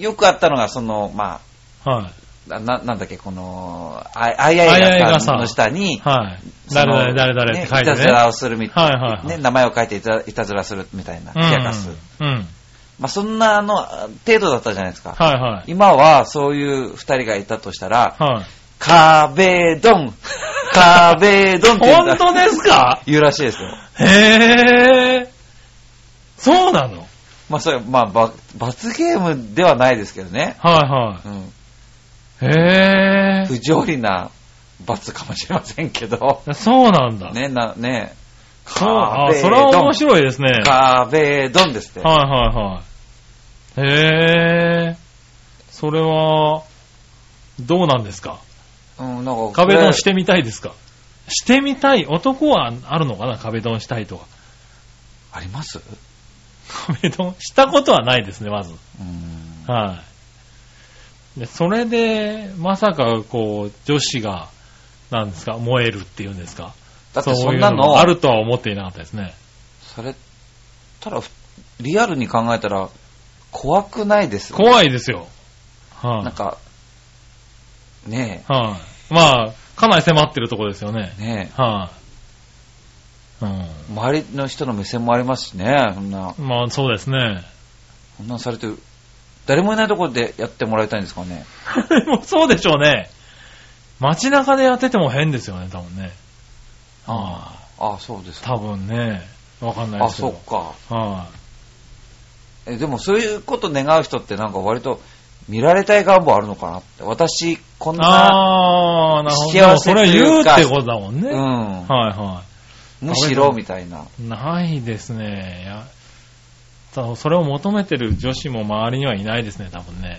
Speaker 1: よくあったのが、その、ま
Speaker 2: は
Speaker 1: あ、な、なんだっけ、この、あいあい
Speaker 2: い。
Speaker 1: あい
Speaker 2: あいあい
Speaker 1: が
Speaker 2: が
Speaker 1: さ
Speaker 2: さ
Speaker 1: の下に、
Speaker 2: はい。
Speaker 1: その
Speaker 2: 誰々誰々って書いて
Speaker 1: ね。いたずら
Speaker 2: ね。
Speaker 1: をするみたいな、
Speaker 2: はいはいはい
Speaker 1: ね、名前を書いていたいたずらするみたいな、冷やかす。
Speaker 2: うん。うん。
Speaker 1: まあ、そんなあのあ程度だったじゃないですか。
Speaker 2: はいはい。
Speaker 1: 今は、そういう二人がいたとしたら、
Speaker 2: はい。
Speaker 1: 壁ドン壁ドンって言うんだ
Speaker 2: 本当ですか
Speaker 1: 言うらしいですよ。
Speaker 2: へぇー。そうなの
Speaker 1: まあ、それ、まあ、ば罰ゲームではないですけどね。
Speaker 2: は
Speaker 1: うん。
Speaker 2: いはい。へ
Speaker 1: 不条理な罰かもしれませんけど。
Speaker 2: ぇー。そうなんだ。
Speaker 1: ね、な、ね、
Speaker 2: そう、あ、それは面白いですね。はい
Speaker 1: 壁ドンですって。
Speaker 2: はいはい。へぇー。それは、どうなんですか
Speaker 1: うん、なんか、。
Speaker 2: 壁ドンしててみたいですかしてみたい。男はあるのかな壁ドンしたいとか。
Speaker 1: あります
Speaker 2: 壁ドンしたことはないですね、まず。
Speaker 1: うん。
Speaker 2: はい。で、それで、まさか、こう、女子が、なんですか、燃えるっていうんですか。
Speaker 1: だって
Speaker 2: そ
Speaker 1: そう
Speaker 2: い
Speaker 1: ん
Speaker 2: う
Speaker 1: な
Speaker 2: の
Speaker 1: の、
Speaker 2: あるとは思っていなかったですね。
Speaker 1: それ、ただ、ふリアルに考えたら、怖くないです。
Speaker 2: 怖いですよ。はい、
Speaker 1: なんか、ね
Speaker 2: はい、まあ、かなり迫ってるとこですよね。
Speaker 1: え、ねえ、
Speaker 2: はい、
Speaker 1: 周りの人の目線もありますしね、そんな、
Speaker 2: うん。まあ、そうですね。
Speaker 1: そんなんされてる。誰もいないところでやってもらいたいんですかね。
Speaker 2: で もそうでしょうね。街中でやってても変ですよね、多分ね。ああ、
Speaker 1: ああ、そうですか。
Speaker 2: 多分ね。わかんないで
Speaker 1: あ、
Speaker 2: すけど。
Speaker 1: そっか。
Speaker 2: は
Speaker 1: えでもそういうこと願う人ってなんか割と見られたい願望あるのかなって私こん
Speaker 2: い、
Speaker 1: な、
Speaker 2: ああ、なるほど。で
Speaker 1: 幸
Speaker 2: も
Speaker 1: せ
Speaker 2: そ
Speaker 1: と
Speaker 2: れは
Speaker 1: いう
Speaker 2: 言うっ
Speaker 1: か
Speaker 2: てことだもんね。
Speaker 1: う
Speaker 2: はい
Speaker 1: ん、
Speaker 2: は。
Speaker 1: むしろみたいない
Speaker 2: ないですね。いやそうそれを求めてる女子も周りにはいないですね、多分ね。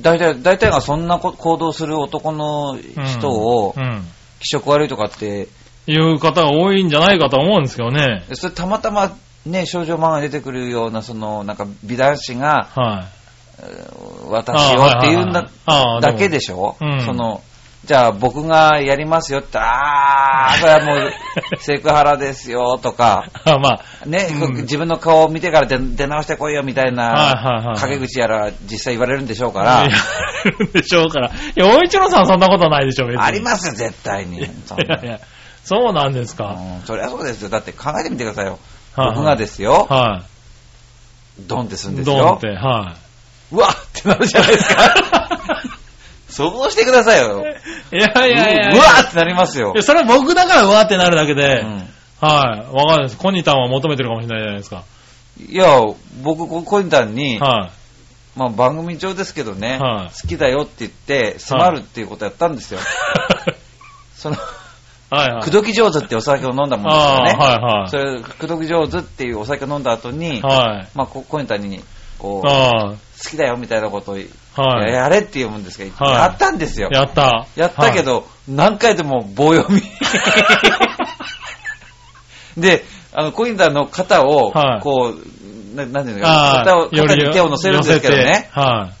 Speaker 1: 大体大体がそんなこ行動する男の
Speaker 2: うん
Speaker 1: 人を
Speaker 2: うん。
Speaker 1: 気色悪いとかって
Speaker 2: いう方が多いんじゃないかと思うんですけどね。
Speaker 1: それたまたまね少女漫画に出てくるようなそのなんか美男子が
Speaker 2: は
Speaker 1: えー私をって言うんだ
Speaker 2: あーはいはいはいあーでも
Speaker 1: だけでしょ、
Speaker 2: うん
Speaker 1: そのじゃあ僕がやりますよってああこれはもうセクハラですよとか
Speaker 2: い。あまあ、
Speaker 1: ね、
Speaker 2: うん
Speaker 1: 自分の顔を見てから出出直してこいよみたい
Speaker 2: はいはい
Speaker 1: な
Speaker 2: は
Speaker 1: い陰口やら実際言われるんでしょうから、
Speaker 2: やるでしょうから。洋一郎さんそんなことないでしょ、別に。。
Speaker 1: ありますすよ絶対に。そん
Speaker 2: いやいや、そうなんです
Speaker 1: な
Speaker 2: か。
Speaker 1: うんそりゃそうですよ。だって考えてみてくださいよ。
Speaker 2: はいはい
Speaker 1: 僕がですよ、
Speaker 2: は
Speaker 1: ドンってするん
Speaker 2: い。
Speaker 1: です
Speaker 2: ドン
Speaker 1: よ
Speaker 2: っ。て、は
Speaker 1: うわっってなるじゃないですか。想像してくださいよ。
Speaker 2: い。いやいやいや。
Speaker 1: ううわっってなりますよ
Speaker 2: いや、。それは僕だからうわってなるだけで、
Speaker 1: うん
Speaker 2: はい。わかんないです。コニタンは求めてるかもしれないじゃないですか。
Speaker 1: いや、僕、こコニタンに、
Speaker 2: は
Speaker 1: まあ番組上ですけどね、
Speaker 2: はい
Speaker 1: 好きだよって言って、迫るっていうことやったんですよ。その、
Speaker 2: い。はいはい。
Speaker 1: くどき上手ってお酒を飲んだもんですから
Speaker 2: あ
Speaker 1: ね。
Speaker 2: あ
Speaker 1: そ
Speaker 2: ー、はい
Speaker 1: れ、くどく上手っていうお酒飲んだ後に、
Speaker 2: はい。はい。
Speaker 1: まあ、こコニタに、こう、好
Speaker 2: あ
Speaker 1: きだよみたいなことを、い
Speaker 2: あ、は
Speaker 1: や
Speaker 2: い。
Speaker 1: やれって言うんですけど、
Speaker 2: はい
Speaker 1: やったんですよ。
Speaker 2: やった。
Speaker 1: やったけど、何回でも棒読み。 で、あの、コニタの肩を、
Speaker 2: はい
Speaker 1: こう、ななんていうの
Speaker 2: はい、
Speaker 1: かな、肩を、
Speaker 2: ああ
Speaker 1: 肩に手を乗せるんですけど。
Speaker 2: より寄
Speaker 1: ね
Speaker 2: せて、は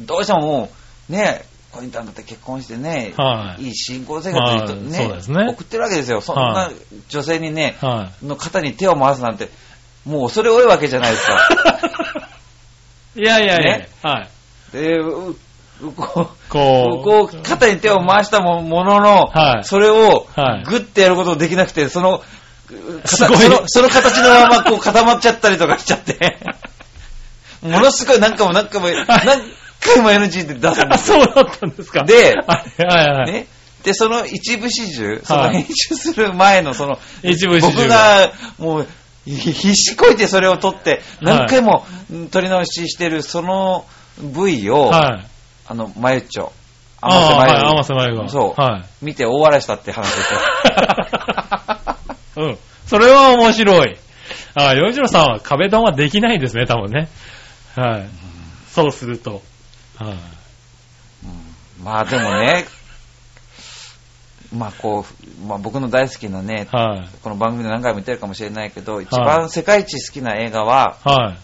Speaker 1: どうしてももう、ね、コニタだって結婚してね、
Speaker 2: はい
Speaker 1: い、い新婚生活をね,、
Speaker 2: はいそうですね
Speaker 1: 送ってるわけですよ。そん
Speaker 2: は
Speaker 1: ない女性にね、
Speaker 2: い。は
Speaker 1: の肩に手を回すなんて、もう恐れ多いわけじゃないです か。
Speaker 2: いやいやいや、
Speaker 1: ね
Speaker 2: はい。
Speaker 1: で、う、うこう、
Speaker 2: こう、
Speaker 1: こう、肩に手を回したもものの、
Speaker 2: はい
Speaker 1: それを
Speaker 2: はい、
Speaker 1: グッてやることできなくて、その、か
Speaker 2: す
Speaker 1: た
Speaker 2: ごい
Speaker 1: そのその形のまま こう固まっちゃったりとかしちゃって、ものすごい何回も何回も、何回も NG で出すんで
Speaker 2: あ、
Speaker 1: すよ。
Speaker 2: そうだったんですか。
Speaker 1: で
Speaker 2: はいはいはい。
Speaker 1: ね。で、その一部始終、その
Speaker 2: はい
Speaker 1: 編集する前のその、
Speaker 2: 一部始終
Speaker 1: 僕がもう、ひ必死こいてそれを撮って、何回もうん撮り直ししてるその部位を、
Speaker 2: はい。
Speaker 1: あの、まゆっちょ。
Speaker 2: ああ、はい、
Speaker 1: ま
Speaker 2: 甘
Speaker 1: ゆ
Speaker 2: 瀬まゆが。
Speaker 1: そう
Speaker 2: は
Speaker 1: 見て大笑いしたって話です よ。
Speaker 2: い。うん。それは面白い。ああ、洋一郎さんは壁ドンはできないんですね、多分ね。はい。そうすると。はい。
Speaker 1: まあでもね、まあこう、まあ僕の大好きなね、
Speaker 2: はい。
Speaker 1: この番組で何回も言ってるかもしれないけど、一
Speaker 2: は
Speaker 1: 番世界一好きな映画は、
Speaker 2: はい。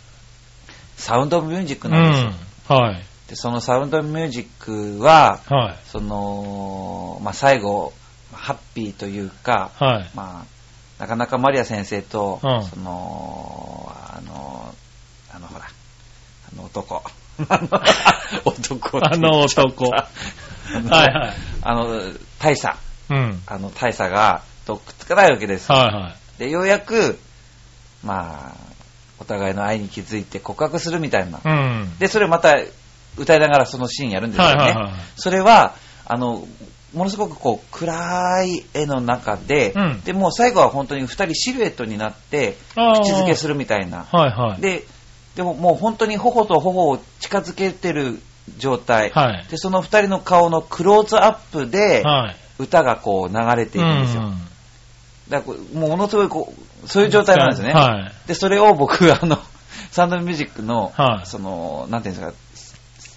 Speaker 1: サウンド・オブ・ミュージッ
Speaker 2: う
Speaker 1: ク
Speaker 2: ん。
Speaker 1: なんですよ。
Speaker 2: はい。
Speaker 1: で、そのサウンド・オブ・ミュージックは、
Speaker 2: はい。
Speaker 1: その、まあ、最後、ハッピーというか、
Speaker 2: はい。
Speaker 1: まあ、なかなかマリア先生と、
Speaker 2: うん
Speaker 1: その、あの、あの、ほら、あの 男。あの男って
Speaker 2: あの男。 は
Speaker 1: あ
Speaker 2: い
Speaker 1: の
Speaker 2: はい。
Speaker 1: あの、大佐、
Speaker 2: うん。
Speaker 1: あの大佐が、とくっつかないわけです。
Speaker 2: はいはい。
Speaker 1: で、ようやく、まあ、お互いの愛に気づいて告白するみたいな。
Speaker 2: うん。
Speaker 1: で、それまた歌いながらそのシーンやるんですよね。
Speaker 2: はいはいはいはい
Speaker 1: それは、あの、ものすごくこう暗い絵の中で、
Speaker 2: うん
Speaker 1: でもう最後は本当に二人シルエットになって、
Speaker 2: あー
Speaker 1: 口づけするみたいな。
Speaker 2: はいはい。
Speaker 1: で、でももう本当に頬と頬を近づけてる状態。
Speaker 2: はい
Speaker 1: で、その二人の顔のクローズアップで、
Speaker 2: はい。
Speaker 1: 歌がこう流れていくんですよ。だからこうもうものすごいこう、そういう状態なんですよね。
Speaker 2: はい。
Speaker 1: で、それを僕、あの、 サウンドミュージックの、
Speaker 2: はい
Speaker 1: その、なんていうんですか、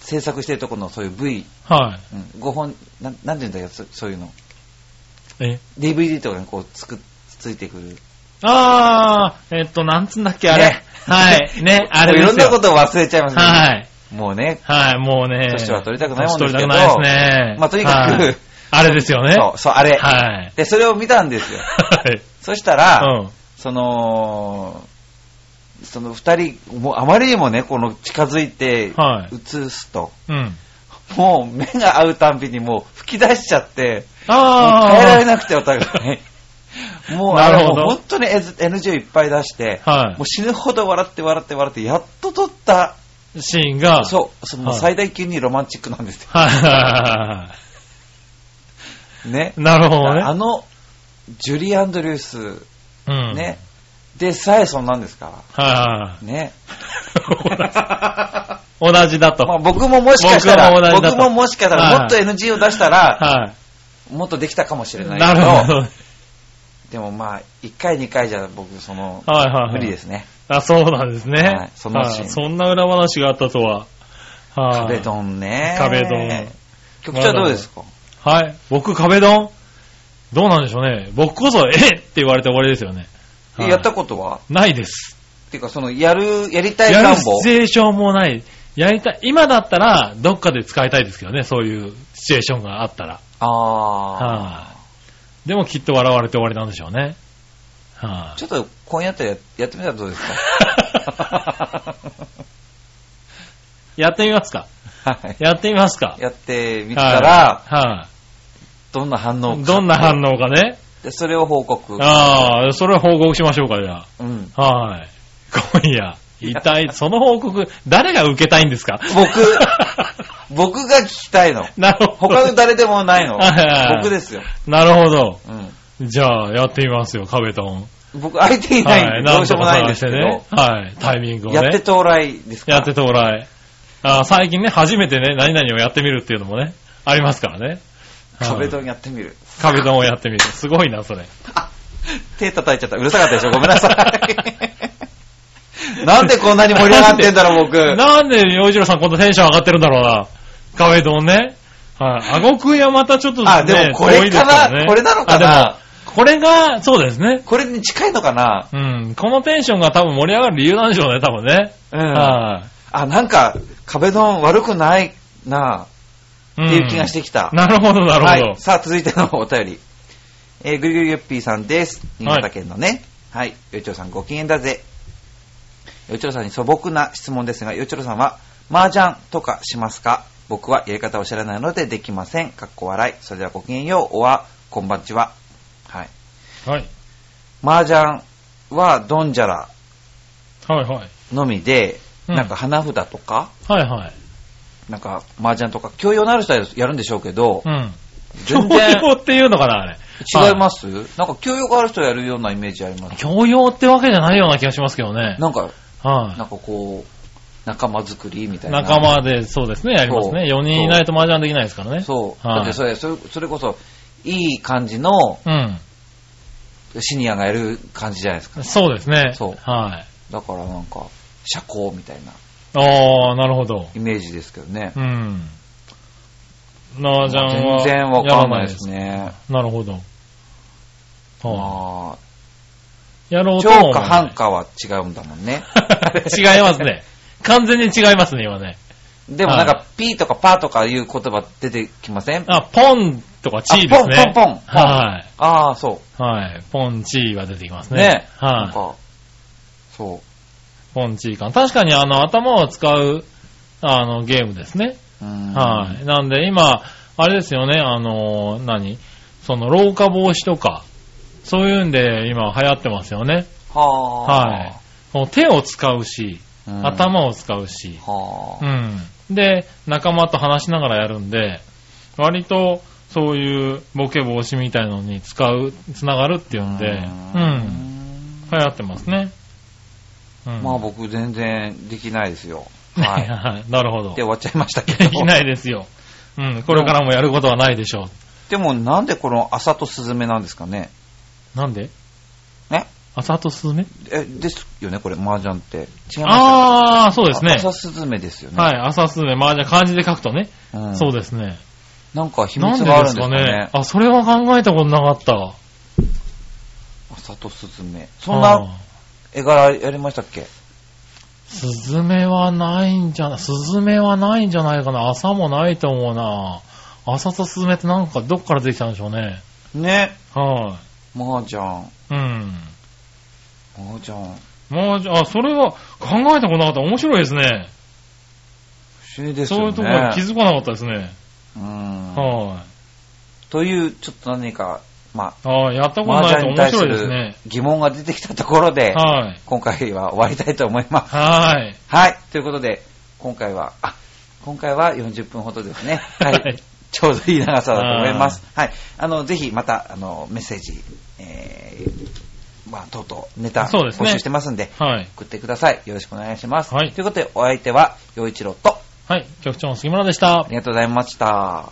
Speaker 1: 制作してるところのそういう V、
Speaker 2: は
Speaker 1: うん、5本、なんなんていうんだっけど、そそういうの。
Speaker 2: い。え
Speaker 1: DVD とかにこう、つく、ついてくる。
Speaker 2: ああ、えっと、なんつんだっけ、あれ
Speaker 1: ね。
Speaker 2: はい。ね、あれ
Speaker 1: もうい
Speaker 2: です
Speaker 1: ろ
Speaker 2: よ。
Speaker 1: んなことを忘れちゃいますね。
Speaker 2: はい。
Speaker 1: もうね、
Speaker 2: はい、もうね。
Speaker 1: 年は取りたくないもんですけど
Speaker 2: 年取りたくないですね。
Speaker 1: まあとにかく
Speaker 2: はいあれですよね。
Speaker 1: そう、そう、あれ。
Speaker 2: はい。
Speaker 1: で、それを見たんですよ。
Speaker 2: はい。
Speaker 1: そしたら、
Speaker 2: うん。
Speaker 1: その、その二人、もうあまりにもね、この近づいて
Speaker 2: はい
Speaker 1: 映すと、
Speaker 2: うん。
Speaker 1: もう目が合うたんびにもう吹き出しちゃって、もう
Speaker 2: ああ。
Speaker 1: 変えられなくてお互 い。もうあ
Speaker 2: な
Speaker 1: れ
Speaker 2: る
Speaker 1: もう
Speaker 2: ほど
Speaker 1: 本当に NG をいっぱい出して、
Speaker 2: はい
Speaker 1: もう死ぬほど笑って笑って笑って、やっと撮った、
Speaker 2: シーンが。
Speaker 1: そう、その
Speaker 2: はい
Speaker 1: 最大級にロマンチックなんですよ。
Speaker 2: はいはいはいは
Speaker 1: ね
Speaker 2: い。。なるほどね。
Speaker 1: あの、ジュリー・アンドリュース、
Speaker 2: うん。
Speaker 1: ね。でさえそんなんですか
Speaker 2: は
Speaker 1: ら。ね。
Speaker 2: いはい。同じだと。
Speaker 1: まあ
Speaker 2: は
Speaker 1: 僕ももしかしたら、
Speaker 2: 僕も同じだ
Speaker 1: 僕
Speaker 2: と
Speaker 1: ももしかしたら、
Speaker 2: はい
Speaker 1: もっと NG を出したら、
Speaker 2: い。
Speaker 1: もっとできたかもしれない
Speaker 2: なるほど。
Speaker 1: でもまあ、1回2回じゃ僕、その、
Speaker 2: はいはいはい。
Speaker 1: 無理ですね。
Speaker 2: あ、そうなんですね。
Speaker 1: はいそんなシーン
Speaker 2: はいそんな裏話があったとは。はい
Speaker 1: 壁ドンね。
Speaker 2: 壁ドン。
Speaker 1: 局長どうですか
Speaker 2: はい。僕、壁ドンどうなんでしょうね。僕こそ、えって言われて終わりですよね。はい
Speaker 1: やったことは
Speaker 2: ないです。
Speaker 1: っていうか、その、やる、やりたい
Speaker 2: や
Speaker 1: 願
Speaker 2: る
Speaker 1: 望
Speaker 2: シチュエーションもない。やりたい。今だったら、どっかで使いたいですけどね。そういうシチュエーションがあったら。
Speaker 1: ああ。
Speaker 2: はい。でもきっと笑われて終わりなんでしょうね。は
Speaker 1: ちょっと、今夜あたりややってみたらどうですか
Speaker 2: い。やってみますか。
Speaker 1: はい。
Speaker 2: やってみますか。
Speaker 1: やってみたら、
Speaker 2: は
Speaker 1: どんな反応
Speaker 2: い。
Speaker 1: か。
Speaker 2: どんな反応かね。
Speaker 1: でそれを報告。
Speaker 2: ああ、それは報告しましょうか、じゃあ。
Speaker 1: うん。
Speaker 2: はい。今夜、一 体、その報告、誰が受けたいんですか
Speaker 1: 僕僕が聞きたいの。
Speaker 2: なるほど。
Speaker 1: 他の誰でもないの
Speaker 2: はいはいは。い
Speaker 1: 僕ですよ。
Speaker 2: なるほど。
Speaker 1: う
Speaker 2: じゃあ、やってみますよ、壁トン。
Speaker 1: ん。僕、相手いないんで、どうしようもないんですけ
Speaker 2: なん
Speaker 1: ど
Speaker 2: と、か探してね。はい、タイミングをね。
Speaker 1: やって到来ですか
Speaker 2: やって到来。あー最近ね、初めてね、何々をやってみるっていうのもね、ありますからね。はい
Speaker 1: 壁ドンやってみる。
Speaker 2: 壁ドンをやってみる。すごいな、それ。
Speaker 1: あ手叩いちゃった。うるさかったでしょごめんな さい。なんでこんなに盛り上がってんだろう、僕。
Speaker 2: なんで、洋一郎さんこんなテンション上がってるんだろうな。壁ドンね。はい。あごくいはまたちょっとね、
Speaker 1: あ、でもこれか
Speaker 2: 遠いです
Speaker 1: な、
Speaker 2: よね
Speaker 1: これなのかな
Speaker 2: これが、そうですね。
Speaker 1: これに近いのかな
Speaker 2: うん。このテンションが多分盛り上がる理由なんでしょうね、多分ね。
Speaker 1: うん。
Speaker 2: は
Speaker 1: あ、なんか、壁ドン悪くないな、
Speaker 2: い。
Speaker 1: っていう気がしててきた。
Speaker 2: なるほど、なる
Speaker 1: は
Speaker 2: ほ
Speaker 1: い。さあ、続いてのお便り。えー、ぐりぐりよっぴーさんです。
Speaker 2: はい
Speaker 1: 新潟県のね。はい。よいちょうさんご機嫌だぜ。よちろさんに素朴な質問ですが、よちろさんは、麻雀とかしますか僕はやり方を知らないのでできません。かっこ笑い。それではごきげんよう。おは、こんばんちは。はい。
Speaker 2: はい。
Speaker 1: 麻雀は、ドンジャラ
Speaker 2: はいはい。
Speaker 1: のみで、
Speaker 2: うん
Speaker 1: なんか花札とか、
Speaker 2: はいはい。
Speaker 1: なんか麻雀とか、教養のある人はやるんでしょうけど、
Speaker 2: うん。
Speaker 1: 全然
Speaker 2: 教養っていうのかな、あれ。。
Speaker 1: 違いますすなんか教養がある人はやるようなイメージあります。
Speaker 2: 教養ってわけじゃないような気がしますけどね。
Speaker 1: なんか、なんか
Speaker 2: は
Speaker 1: こう、仲間作りみた
Speaker 2: い。
Speaker 1: いな。
Speaker 2: 仲間で、そうですね、やりますね。
Speaker 1: そう
Speaker 2: 4人いないと麻雀できないですからね。
Speaker 1: そう。
Speaker 2: はい
Speaker 1: だってそれ、それそれこそ、いい感じの
Speaker 2: うん。
Speaker 1: シニアがやる感じじゃないですか。
Speaker 2: そうですね。
Speaker 1: そう
Speaker 2: はい。
Speaker 1: だからなんか、社交みたいな
Speaker 2: ああ、なるほど。
Speaker 1: イメージですけどね
Speaker 2: う。ん。麻雀は。
Speaker 1: 全然わかんないです。ね。
Speaker 2: なるほど。はあ、
Speaker 1: まあ、
Speaker 2: やろうと
Speaker 1: 超
Speaker 2: も
Speaker 1: か半かは違うんだもんね。
Speaker 2: 違いますね。完全に違いますね、今ね。
Speaker 1: でもなんか、ピーとかパーとかいう言葉出てきません
Speaker 2: あ、ポンとかチーですね。
Speaker 1: あポンポンポンポン
Speaker 2: はい。
Speaker 1: ああ、そ
Speaker 2: はい。ポンチーは出てきます
Speaker 1: う。
Speaker 2: ね。
Speaker 1: ね。なん
Speaker 2: はい。
Speaker 1: か、そ
Speaker 2: ポンチー感。確かにあの、頭を使う、あの、ゲームですね。
Speaker 1: う。うん
Speaker 2: はい。なんで今、あれですよね、あの、何その、老化防止とか、そういうんで今流行ってますよね。
Speaker 1: はあ。
Speaker 2: はい。この手を使うし、
Speaker 1: うん
Speaker 2: 頭を使うし、
Speaker 1: は
Speaker 2: う
Speaker 1: あ。
Speaker 2: ん。で、仲間と話しながらやるんで、割と、そういうボケ防止みたいのに使う、つながるっていうんで、うん。流行ってますね。うん
Speaker 1: まあ僕全然できないですよ。は。
Speaker 2: はいいはい。なるほど。
Speaker 1: で終
Speaker 2: で
Speaker 1: わっちゃいましたけど。
Speaker 2: き ないですよ。うん。これからもやることはないでしょ
Speaker 1: でもなんでこの朝とスズメなんですかね
Speaker 2: う。なんで
Speaker 1: ね
Speaker 2: 朝とスズメ
Speaker 1: え、ですよねこれ、麻雀って。違いますよ
Speaker 2: ああ、そうですね。
Speaker 1: 朝スズメですよね。
Speaker 2: はい。朝スズメ。まあじゃあ漢字で書くとね。
Speaker 1: うん
Speaker 2: そうですね。
Speaker 1: なんか秘密
Speaker 2: なんで
Speaker 1: があ
Speaker 2: で
Speaker 1: るんです
Speaker 2: す
Speaker 1: か
Speaker 2: か
Speaker 1: ね
Speaker 2: ね。。あ、それは考えたことなかった。
Speaker 1: 朝とスズメ。そんな
Speaker 2: う
Speaker 1: 絵柄やりましたっけ
Speaker 2: スズメはないんじゃな、スズメはないんじゃないかな。朝もないと思うな。朝とスズメってなんかどっから出てきたんでしょうね。
Speaker 1: ね。
Speaker 2: は
Speaker 1: 麻雀。麻
Speaker 2: い。うん。
Speaker 1: 雀。不
Speaker 2: まあ、じゃあ、それは考えたことなかった。面白いですね。
Speaker 1: 思議です
Speaker 2: そう
Speaker 1: よ
Speaker 2: い
Speaker 1: ね。
Speaker 2: うところに気づかなかったですね。
Speaker 1: うん。
Speaker 2: は
Speaker 1: という、ちょっと何か、ま
Speaker 2: い。ああ、やった
Speaker 1: あ、
Speaker 2: ことな
Speaker 1: 麻雀
Speaker 2: いと
Speaker 1: に
Speaker 2: 面
Speaker 1: 対す
Speaker 2: 白いです
Speaker 1: る
Speaker 2: ね。
Speaker 1: 疑問が出てきたところで、
Speaker 2: はい。
Speaker 1: 今回は終わりたいと思います。
Speaker 2: はい。
Speaker 1: はい。ということで、今回は、あ、今回は40分ほどですね。は
Speaker 2: はい
Speaker 1: い。ちょうどいい長さだと思います。はい。あの、ぜひまた、あの、メッセージ、えー、まあ、とうとうネタ
Speaker 2: そうです
Speaker 1: 募
Speaker 2: ね
Speaker 1: 集してますんで、
Speaker 2: はい。
Speaker 1: 送ってください。よろしくお願いします。
Speaker 2: はい
Speaker 1: ということで、お相手は、陽一郎と、
Speaker 2: はい。局長の杉村でした
Speaker 1: あ。りがとうございました。